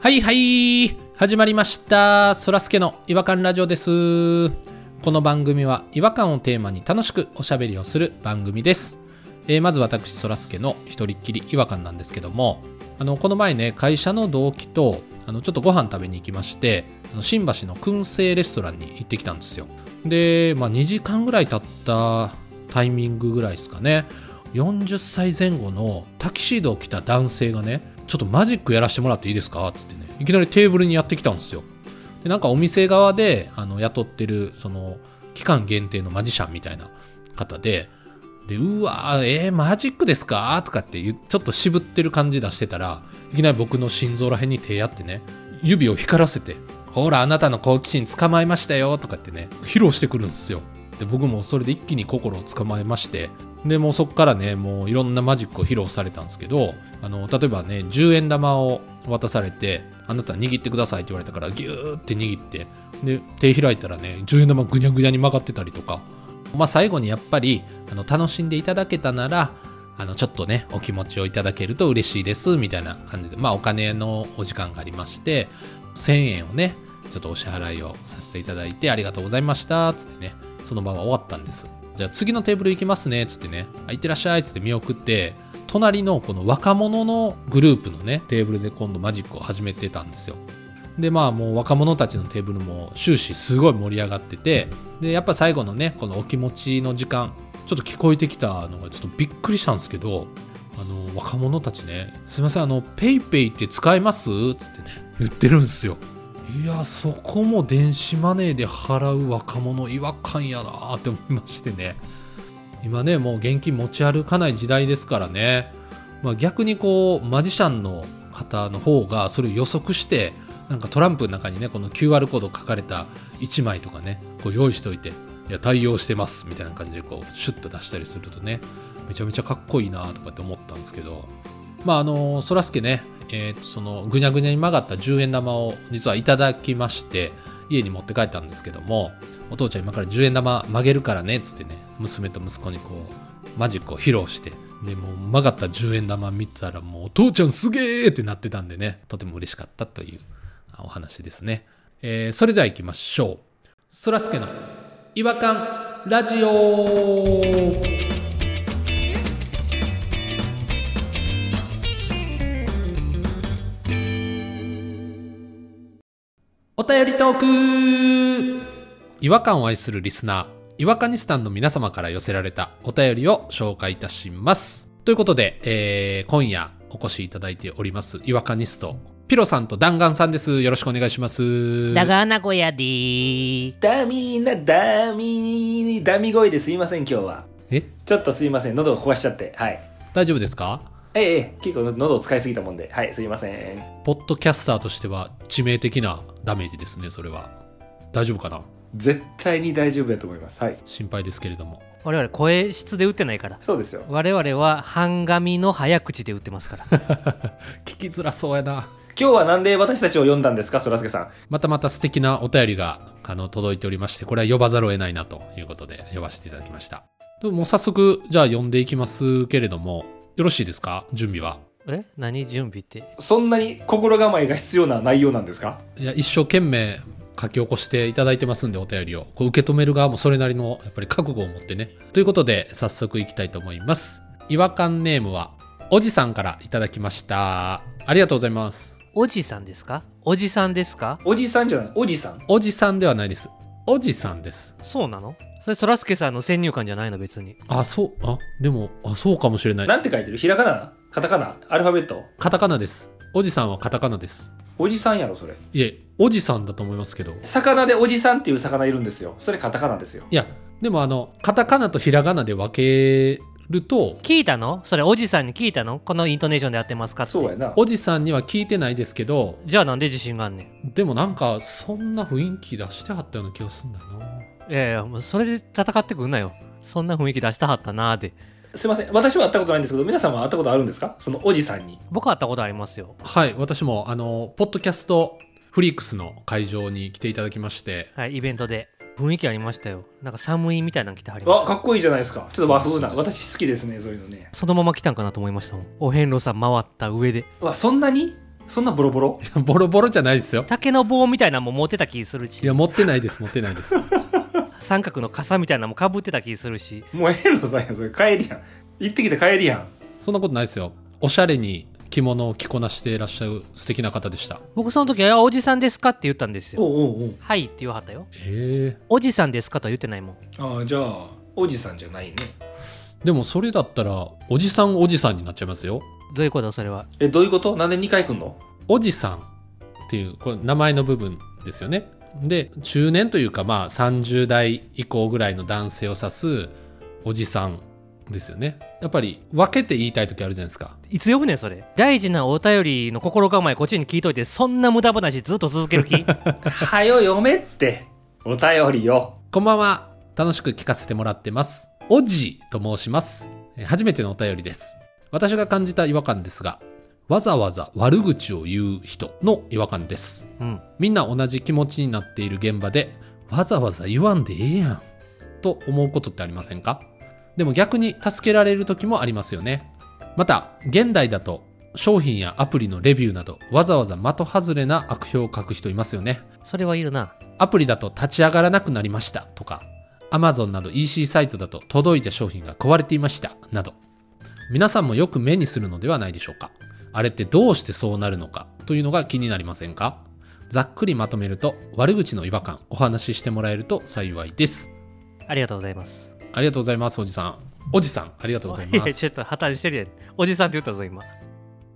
はいはい始まりましたそらすけの違和感ラジオですこの番組は違和感をテーマに楽しくおしゃべりをする番組です、えーまず私そらすけの一人っきり違和感なんですけどもあのこの前ね会社の同期とあのちょっとご飯食べに行きましてあの新橋の燻製レストランに行ってきたんですよで、まあ、2時間ぐらい経ったタイミングぐらいですかね40歳前後のタキシードを着た男性がねちょっとマジックやらせてもらっていいですかっつってねいきなりテーブルにやってきたんですよでなんかお店側であの雇ってるその期間限定のマジシャンみたいな方ででうわーえー、マジックですかとかって言うちょっと渋ってる感じ出してたらいきなり僕の心臓らへんに手やってね指を光らせて「ほらあなたの好奇心捕まえましたよ」とかってね披露してくるんですよで僕もそれで一気に心を捕まえましてでもうそっからねもういろんなマジックを披露されたんですけどあの例えばね10円玉を渡されて「あなた握ってください」って言われたからギューって握ってで手開いたらね10円玉ぐにゃぐにゃに曲がってたりとか、まあ、最後にやっぱりあの楽しんでいただけたならあのちょっとねお気持ちをいただけると嬉しいですみたいな感じでまあお金のお時間がありまして1000円をねちょっとお支払いをさせていただいてありがとうございましたつってねその場は終わったんですじゃあ次のテーブル行きますねつってねあいってらっしゃいつって見送って隣のこの若者のグループのねテーブルで今度マジックを始めてたんですよでまあもう若者たちのテーブルも終始すごい盛り上がっててでやっぱ最後のねこのお気持ちの時間ちょっと聞こえてきたのがちょっとびっくりしたんですけどあの若者たちね「すいませんあの PayPay って使えます?」っつってね言ってるんですよいやそこも電子マネーで払う若者違和感やなーって思いましてね今ねもう現金持ち歩かない時代ですからね、まあ、逆にこうマジシャンの方の方がそれを予測してなんかトランプの中にねこの QR コード書かれた1枚とかねこう用意しておいていや対応してますみたいな感じでこうシュッと出したりするとねめちゃめちゃかっこいいなとかって思ったんですけどまああのそらすけね、えーとそのぐにゃぐにゃに曲がった10円玉を実はいただきまして家に持って帰ったんですけどもお父ちゃん今から10円玉曲げるからねっつってね娘と息子にこうマジックを披露してでもう曲がった10円玉見たらもうお父ちゃんすげーってなってたんでねとても嬉しかったというあお話ですね、えーそれでは行きましょうそらすけの違和感ラジオお便りトーク違和感を愛するリスナー、違和感ニスタンの皆様から寄せられたお便りを紹介いたします。ということで、えー今夜お越しいただいております、違和感ニスト、ピロさんと弾丸さんです。よろしくお願いします。だが名古屋でーダミーなダミーダミ声ですいません今日はえちょっとすいません喉を壊しちゃってはい大丈夫ですかええええ結構の喉を使いすぎたもんではいすいませんポッドキャスターとしては致命的なダメージですね、それは。大丈夫かな絶対に大丈夫だと思いますはい心配ですけれども。我々声質で打ってないからそうですよ我々は半紙の早口で打ってますから聞きづらそうやな。今日はなんで私たちを呼んだんですかそらすけさんまたまた素敵なお便りがあの届いておりまして、これは呼ばざるを得ないなということで呼ばせていただきました。でももう早速、じゃあ呼んでいきますけれども、よろしいですか準備は。 え何準備ってそんなに心構えが必要な内容なんですかいや、一生懸命書き起こしていただいてますんで、お便りを。こう受け止める側もそれなりの、やっぱり覚悟を持ってね。ということで、早速いきたいと思います。違和感ネームは、おじさんからいただきました。ありがとうございます。おじさんですかおじさんですかおじさんじゃないおじさんおじさんではないです。おじさんです。そうなのそれそらすけさんの先入観じゃないの別にあ、そう、あ、でも、あ、そうかもしれない。なんて書いてるひらがなカタカナアルファベットカタカナです。おじさんはカタカナです。おじさんやろそれいえ、おじさんだと思いますけど。い魚でおじさんっていう魚いるんですよそれカタカナですよや、でもあの、カタカナとひらがなで分けると、聞いたのそれおじさんに聞いたのこのイントネーションでやってますかってそうやなおじさんには聞いてないですけど、じゃあなんで自信があんねんでもなんか、そんな雰囲気出してはったような気がするんだよな。いやいやもうそれで戦ってくんなよそんな雰囲気出したはったなーってすいません私は会ったことないんですけど皆さんは会ったことあるんですかそのおじさんに僕会ったことありますよはい、私も、あの、ポッドキャストフリークスの会場に来ていただきまして、はいイベントで雰囲気ありましたよなんか寒いみたいなの着てはりましたわかっこいいじゃないですかちょっと和風なそうそうそう私好きですねそういうのねそのまま来たんかなと思いましたもんお遍路さん回った上でわそんなにそんなボロボロいや ボロボロじゃないですよ。竹の棒みたいなのも持ってた気するいしや、持ってないです、持ってないです。三角の傘みたいなのもかぶってた気するしもうええのさやんそれ帰りやん行ってきて帰りやん そんなことないですよ。おしゃれに着物を着こなしていらっしゃる素敵な方でした。僕その時は「おじさんですか?」って言ったんですよおうおう「はい」って言わはったよえ「おじさんですか?」とは言ってないもんおうああじゃあおじさんじゃないねーでもそれだったら、おじさんおじさんになっちゃいますよ。どういうことそれはえどういうことなんで2回来んのおじさんっていう、これ名前の部分ですよね。で、中年というか、まあ30代以降ぐらいの男性を指すおじさんですよね。やっぱり分けて言いたい時あるじゃないですか。いつ呼ぶねんそれ大事なお便りの心構えこっちに聞いといてそんな無駄話ずっと続け る気はよ読めってお便りよこんばんは。楽しく聞かせてもらってます。おじと申します。えー初めてのお便りです。私が感じた違和感ですが、わざわざ悪口を言う人の違和感です。うんみんな同じ気持ちになっている現場で、わざわざ言わんでええやん、と思うことってありませんかでも逆に助けられる時もありますよね。また、現代だと、商品やアプリのレビューなど、わざわざ的外れな悪評を書く人いますよね。それはいるなアプリだと立ち上がらなくなりましたとか、Amazon など EC サイトだと届いた商品が壊れていましたなど、皆さんもよく目にするのではないでしょうか。あれってどうしてそうなるのかというのが気になりませんかざっくりまとめると、悪口の違和感お話ししてもらえると幸いです。ありがとうございますありがとうございます、おじさん。おじさん、ありがとうござ いまやちょすっ。と破綻してるやんおじさんって言ったぞ今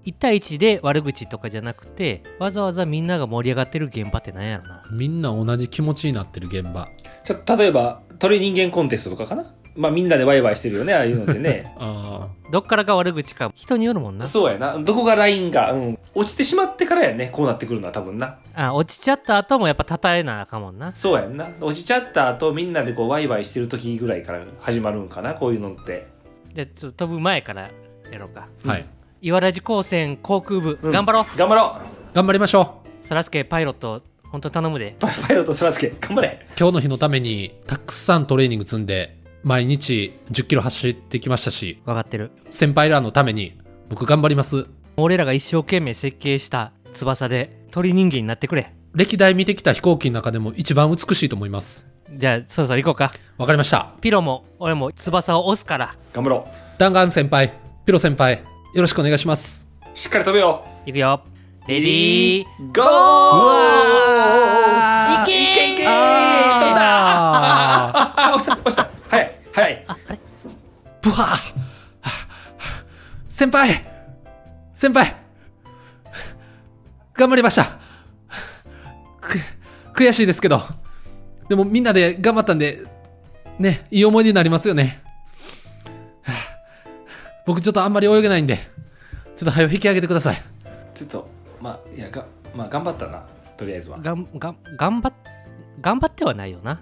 1対1で悪口とかじゃなくてわざわざみんなが盛り上がってる現場ってなんやろなみんな同じ気持ちになってる現場。ちょっと例えば鳥人間コンテストとかかなまあみんなでワイワイしてるよねああいうのってねあどっからが悪口か人によるもんな そうやなどこがラインが、うん、落ちてしまってからやねこうなってくるのは多分なあ落ちちゃった後もやっぱ称えなあかんもんなそうやんな落ちちゃった後みんなでこうワイワイしてる時ぐらいから始まるんかなこういうのってじゃあちょっと飛ぶ前からやろうかあ、はい。岩ラジ高専航空部、うん頑張ろう頑張ろ頑張りましょう。そらすけパイロット本当頼むでうパパイロットそらすけ頑張れ今日の日のためにたくさんトレーニング積んで毎日10キロ走ってきましたし分かってる先輩らのために僕頑張ります俺らが一生懸命設計した翼で鳥人間になってくれ歴代見てきた飛行機の中でも一番美しいと思いますじゃあそろそろ行こうかわかりましたピロも俺も翼を押すから頑張ろ弾丸先輩ピロ先輩よろしくお願いしますうしっかり飛べよ行くよレディーゴーわいけいけいけ飛んあーだああ あ押した押した早い早いーぶわー先輩先輩頑張りましたく悔しいですけどでもみんなで頑張ったんでねいい思い出になりますよねはあ僕ちょっとあんまり泳げないんでちょっと早く引き上げてくださいちょっとまあいやがまあ頑張ったなとりあえずはがんがん頑張っ頑張ってはないよな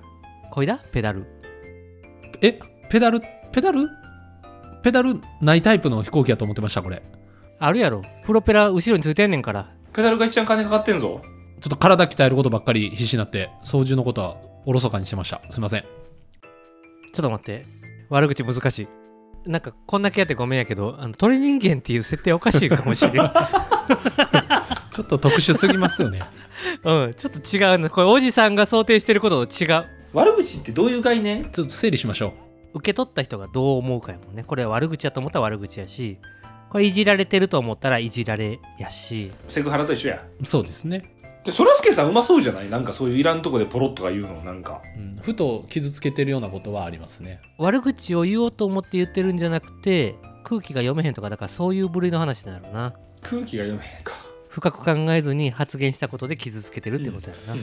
こいだペダルえペダルペダルペダルないタイプの飛行機やと思ってましたこれあるやろプロペラ後ろについてんねんからペダルが一番金かかってんぞちょっと体鍛えることばっかり必死になって、操縦のことはおろそかにしてました。すいません。ちょっと待って悪口難しいなんかこんだけやってごめんやけどあの鳥人間っていう設定おかしいかもしれんちょっと特殊すぎますよね。 うんちょっと違うなこれおじさんが想定してることと違う悪口ってどういう概念ちょっと整理しましょ受け取った人がどう思うかやもんねこれは悪口やと思ったら悪口やしこれいじられてると思ったらいじられやしセクハラと一緒やう。そうですね。でそらすけさんうまそうじゃないなんかそういういらんとこでポロッとか言うのなんかうん、ふと傷つけてるようなことはありますね。悪口を言おうと思って言ってるんじゃなくて空気が読めへんとかだからそういう部類の話なんやろな空気が読めへんか深く考えずに発言したことで傷つけてるってことやな、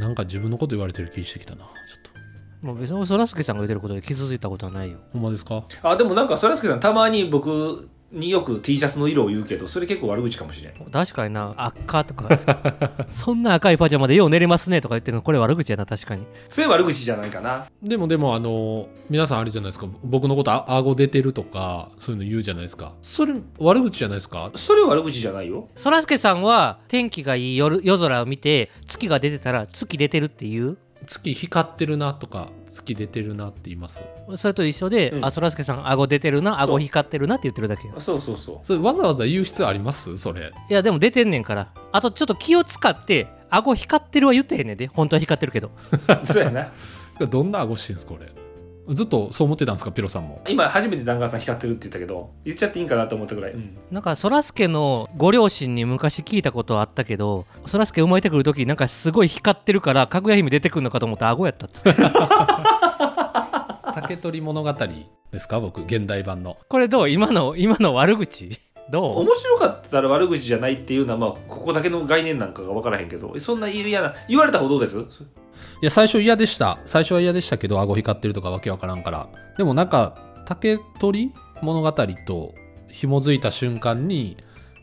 なんか自分のこと言われてる気してきたな。ちょっと。もう別にそらすけさんが言ってることで傷ついたことはないよほんまですかあでもなんかそらすけさんたまに僕によく T シャツの色を言うけどそれ結構悪口かもしれん確かにな赤とか そんな赤いパジャマでよう寝れますねとか言ってるのこれ悪口やな確かにそれ悪口じゃないかなでもでも、あの、皆さんあれじゃないですか。僕のことあ顎出てるとか、そういうの言うじゃないですか。それ、悪口じゃないですかそれ悪口じゃないよそらすけさんは天気がいい夜夜空を見て月が出てたら月出てるって言う月光ってるなとか月出てるなって言いますそれと一緒で、うんあそらすけさん顎出てるな顎そう光ってるなって言ってるだけよそうそうそうそれわざわざ言う必要ありますそれいやでも出てんねんからあとちょっと気を使って顎光ってるは言ってへんねんで本当は光ってるけど そうやなどんな顎してるんですかこれずっとそう思ってたんですかピロさんも今初めて弾丸さん光ってるって言ったけど言っちゃっていいんかなと思ったぐらい、うんなんかそらすけのご両親に昔聞いたことはあったけどそらすけ生まれてくる時なんかすごい光ってるからかぐや姫出てくるのかと思った顎やったっつって竹取物語ですか僕現代版のこれどう今の今の悪口どう面白かったら悪口じゃないっていうのは、まあ、ここだけの概念なんかが分からへんけどそんな嫌な言われた方どうですいや最初嫌でした最初は嫌でしたけど顎光ってるとかわけわからんからでもなんか竹取物語と紐づいた瞬間に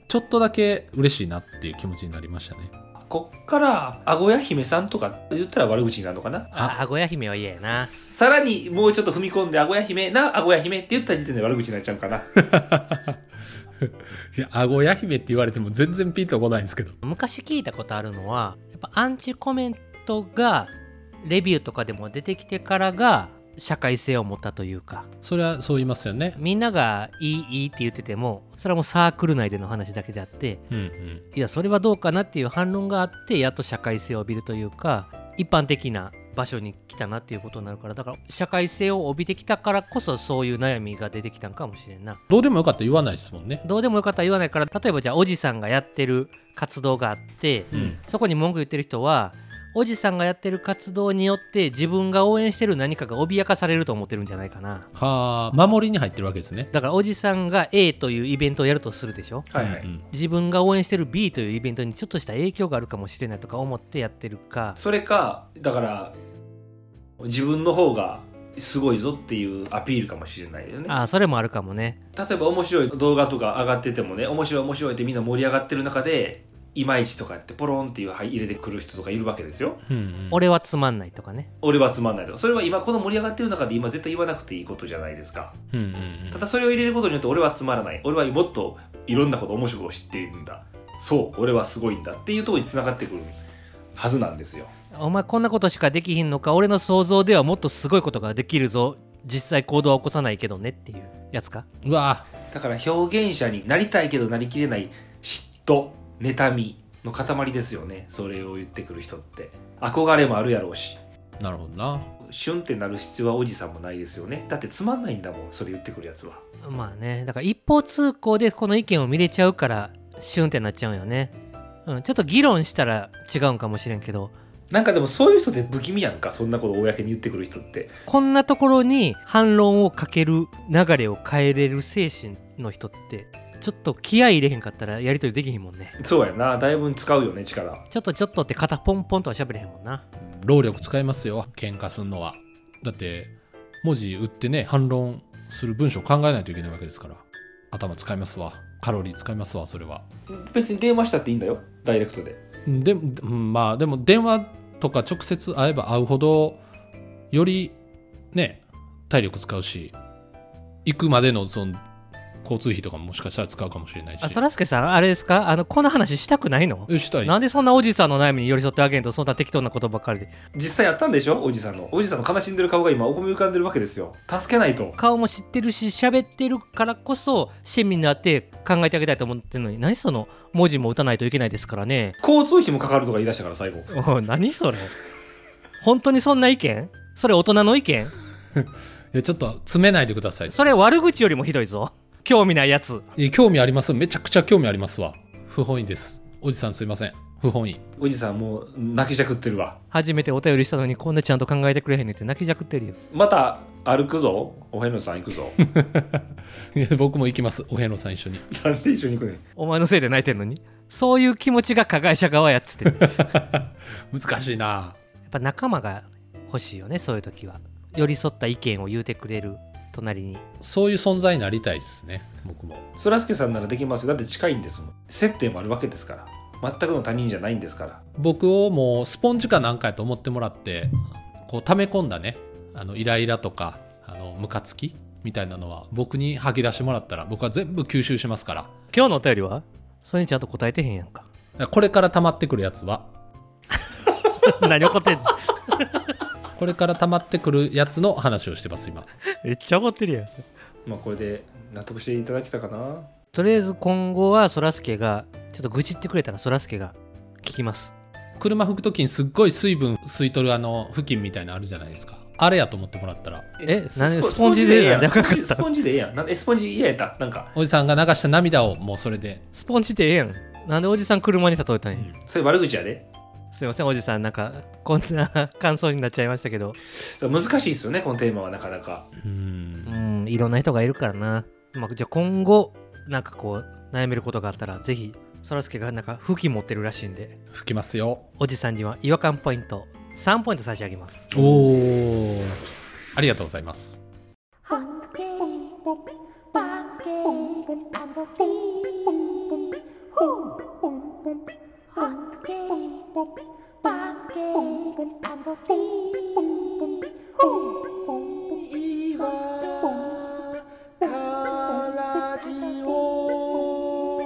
ちょっとだけ嬉しいなっていう気持ちになりましたねこっから顎や姫さんとか言ったら悪口になるのかなあ顎や姫は嫌やなさらにもうちょっと踏み込んで顎や姫な顎や姫って言った時点で悪口になっちゃうかないや顎や姫って言われても全然ピンとこないんですけど昔聞いたことあるのはやっぱアンチコメントがレビューとかでも出てきてからが社会性を持ったというかそれはそう言いますよねみんながいいいいって言っててもそれはもうサークル内での話だけであってうんうんいやそれはどうかなっていう反論があってやっと社会性を帯びるというか一般的な場所に来たなっていうことになるからだから社会性を帯びてきたからこそそういう悩みが出てきたんかもしれんなどうでもよかったら言わないですもんねどうでもよかったら言わないから例えばじゃあおじさんがやってる活動があってうんそこに文句言ってる人はおじさんがやってる活動によって自分が応援してる何かが脅かされると思ってるんじゃないかなはあ守りに入ってるわけですねだからおじさんが A というイベントをやるとするでしょはいはい、うんうん自分が応援してる B というイベントにちょっとした影響があるかもしれないとか思ってやってるかそれかだから自分の方がすごいぞっていうアピールかもしれないよねああそれもあるかもね例えば面白い動画とか上がっててもね面白い面白いってみんな盛り上がってる中でいまいちとかってポロンっていう入れてくる人とかいるわけですようんうん俺はつまんないとかね俺はつまんないとかそれは今この盛り上がってる中で今絶対言わなくていいことじゃないですかうんうんうんただそれを入れることによって俺はつまらない俺はもっといろんなこと面白いことを知っているんだそう俺はすごいんだっていうところに繋がってくるはずなんですよお前こんなことしかできひんのか俺の想像ではもっとすごいことができるぞ実際行動は起こさないけどねっていうやつかうわだから表現者になりたいけどなりきれない嫉妬妬みの塊ですよねそれを言ってくる人って憧れもあるやろうしあなるほどなシュンってなる必要はおじさんもないですよねだってつまんないんだもんそれ言ってくるやつはまあねだから一方通行でこの意見を見れちゃうからシュンってなっちゃうんよね、うん、ちょっと議論したら違うんかもしれんけどなんかでもそういう人って不気味やんかそんなこと公に言ってくる人ってこんなところに反論をかける流れを変えれる精神の人ってちょっと気合い入れへんかったらやりとりできひんもんねそうやなだいぶ使うよね力ちょっとちょっとって肩ポンポンとは喋れへんもんな労力使いますよ喧嘩すんのはだって文字打ってね反論する文章考えないといけないわけですから頭使いますわカロリー使いますわそれは別に電話したっていいんだよダイレクトででうんまあでも電話とか直接会えば会うほどよりね体力使うし行くまでのその交通費とかももしかしたら使うかもしれないしあそらすけさんあれですかあのこの話したくないのえしたいなんでそんなおじさんの悩みに寄り添ってあげんとそんな適当なことばっかりで実際やったんでしょおじさんのおじさんの悲しんでる顔が今お米浮かんでるわけですよ助けないと顔も知ってるし喋ってるからこそ親身になって考えてあげたいと思ってるのに何その文字も打たないといけないですからね交通費もかかるとか言い出したから最後おい何それ本当にそんな意見それ大人の意見いやちょっと詰めないでくださいそれ悪口よりもひどいぞ興味ないやついや興味ありますめちゃくちゃ興味ありますわ不本意ですおじさんすいません不本意おじさんもう泣きじゃくってるわ初めてお便りしたのにこんなちゃんと考えてくれへんねんって泣きじゃくってるよまた歩くぞおへのさん行くぞいや 僕も行きますお部屋のさん一緒に なんで一緒に行くねんお前のせいで泣いてんのにそういう気持ちが加害者側やっつってんねんやっ難しいなぱ仲間が欲しいよねそういう時は寄り添った意見を言うてくれる隣にそういう存在になりたいですね僕もそらすけさんならできますよだって近いんですもん接点もあるわけですから全くの他人じゃないんですから僕をもうスポンジかなんかやと思ってもらってこう溜め込んだねあのイライラとかあのムカつきみたいなのは僕に吐き出してもらったら僕は全部吸収しますからだか今日のお便りはそれにちゃんと答えてへんやんからこれから溜まってくるやつは何怒ってんのこれから溜まってくるやつの話をしてます今めっちゃ怒ってるやんまあこれで納得していただけたかなとりあえず今後はそらすけがちょっと愚痴ってくれたらそらすけが聞きます車拭く時にすっごい水分吸い取るあの布巾みたいなのあるじゃないですかあれやと思ってもらったらえスなんでスポスポンジでええやんスポンジスポンジでええやんなんでスポンジ嫌やったなんかおじさんが流した涙をもうそれでスポンジでええやんなんでおじさん車に例えたんや、それ悪口やですいませんおじさんなんかこんな感想になっちゃいましたけどだから難しいですよねこのテーマはなかなかうんうんいろんな人がいるからな、まあ、じゃあ今後なんかこう悩めることがあったらぜひそらすけがなんか吹き持ってるらしいんで拭きますよおじさんには違和感ポイント3ポイント差し上げますおおありがとうございます Hunky,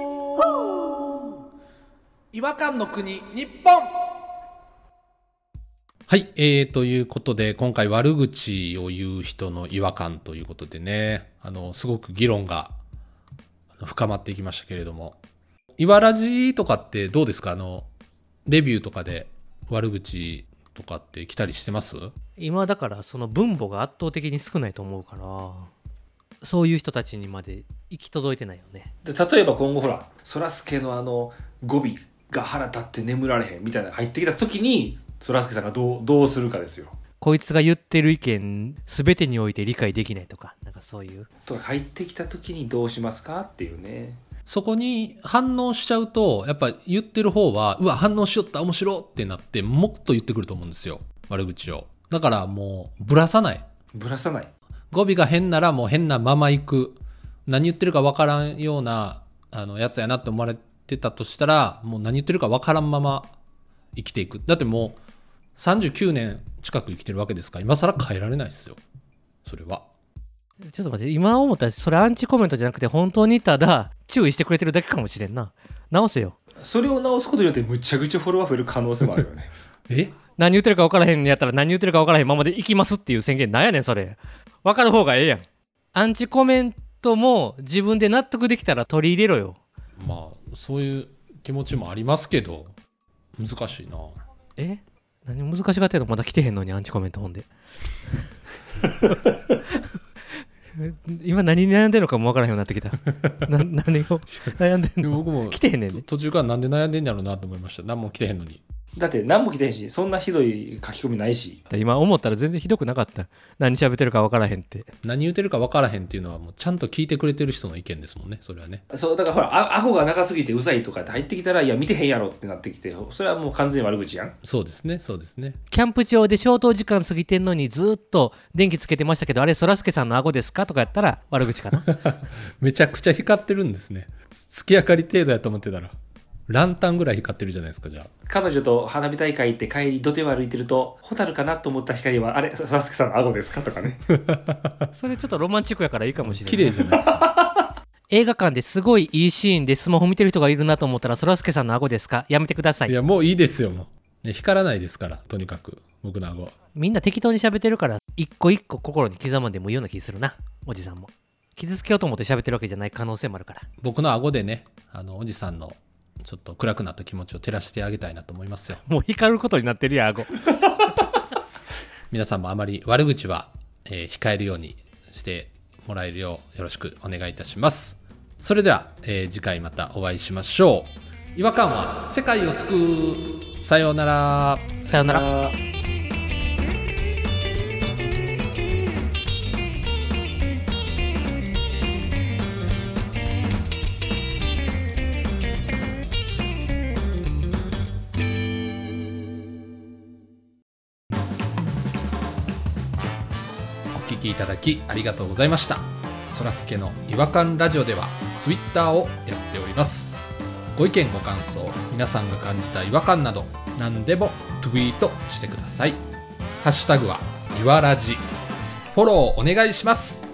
違和感の国日本はい、えー、ということで、今回悪口を言う人の違和感ということでね、あの、すごく議論があの深まっていきましたけれども、いわらじとかってどうですかあの、レビューとかで悪口とかって来たりしてます今だからその分母が圧倒的に少ないと思うからそういう人たちにまで行き届いてないよねで例えば今後ほらそらすけのあの語尾が腹立って眠られへんみたいなの入ってきた時にそらすけさんがどうどうするかですよこいつが言ってる意見全てにおいて理解できないとかなんかそういうとか入ってきた時にどうしますかっていうねそこに反応しちゃうと、やっぱ言ってる方は、うわ、反応しよった、面白ってなって、もっと言ってくると思うんですよ。悪口を。だからもう、ぶらさない。ぶらさない語尾が変ならもう変なまま行く何言ってるか分からんようなあのやつやなって思われてたとしたらもう何言ってるか分からんまま生きていくだってもう39年近く生きてるわけですから今更変えられないですよそれはちょっと待って今思ったらそれアンチコメントじゃなくて本当にただ注意してくれてるだけかもしれんな直せよそれを直すことによってむちゃくちゃフォロワー増える可能性もある よねえ何言ってるか分からへんのやったら何言ってるか分からへんままで行きますっていう宣言なんやねんそれ分かる方がええやんアンチコメントも自分で納得できたら取り入れろよまあそういう気持ちもありますけど難しいなえ何難しがってんのまだ来てへんのにアンチコメント本で 今何に悩んでるのかも分からへんようになってきたな何を悩んでんでもの僕も 来てへんねんとね途中からなんで悩んでんやろうなと思いました何も来てへんのにだって何も来てへんしそんなひどい書き込みないし今思ったら全然ひどくなかった何喋ってるか分からへんって何言ってるか分からへんっていうのはもうちゃんと聞いてくれてる人の意見ですもんねそれはねそうだからほらあ顎が長すぎてうざいとかって入ってきたらいや見てへんやろってなってきてそれはもう完全に悪口やんそうですねそうですねキャンプ場で消灯時間過ぎてんのにずっと電気つけてましたけどあれそらすけさんの顎ですかとかやったら悪口かなめちゃくちゃ光ってるんですね。つ月明かり程度やと思ってたら。ランタンぐらい光ってるじゃないですか、じゃあ。彼女と花火大会行って帰り土手を歩いてるとホタルかなと思った光はあれ佐々木さんの顎ですかとかねそれちょっとロマンチックやからいいかもしれない綺麗じゃないですか。映画館ですごいいいシーンでスマホ見てる人がいるなと思ったらそらすけさんの顎ですかやめてくださいいや、もういいですよ、もう。ね、光らないですから、とにかく。僕の顎。みんな適当に喋ってるから一個一個心に刻まんでもいいような気するなおじさんも傷つけようと思って喋ってるわけじゃない可能性もあるから僕の顎でね、あの、おじさんの、ちょっと暗くなった気持ちを照らしてあげたいなと思いますよ。もう光ることになってるやん顎皆さんもあまり悪口は、えー控えるようにしてもらえるようよろしくお願いいたします。それでは、えー次回またお会いしましょう。違和感は世界を救う。さようなら。さよならお聞きいただきありがとうございましたそらすけの違和感ラジオではツイッターをやっておりますご意見ご感想皆さんが感じた違和感など何でもツイートしてくださいハッシュタグはいわらじフォローお願いします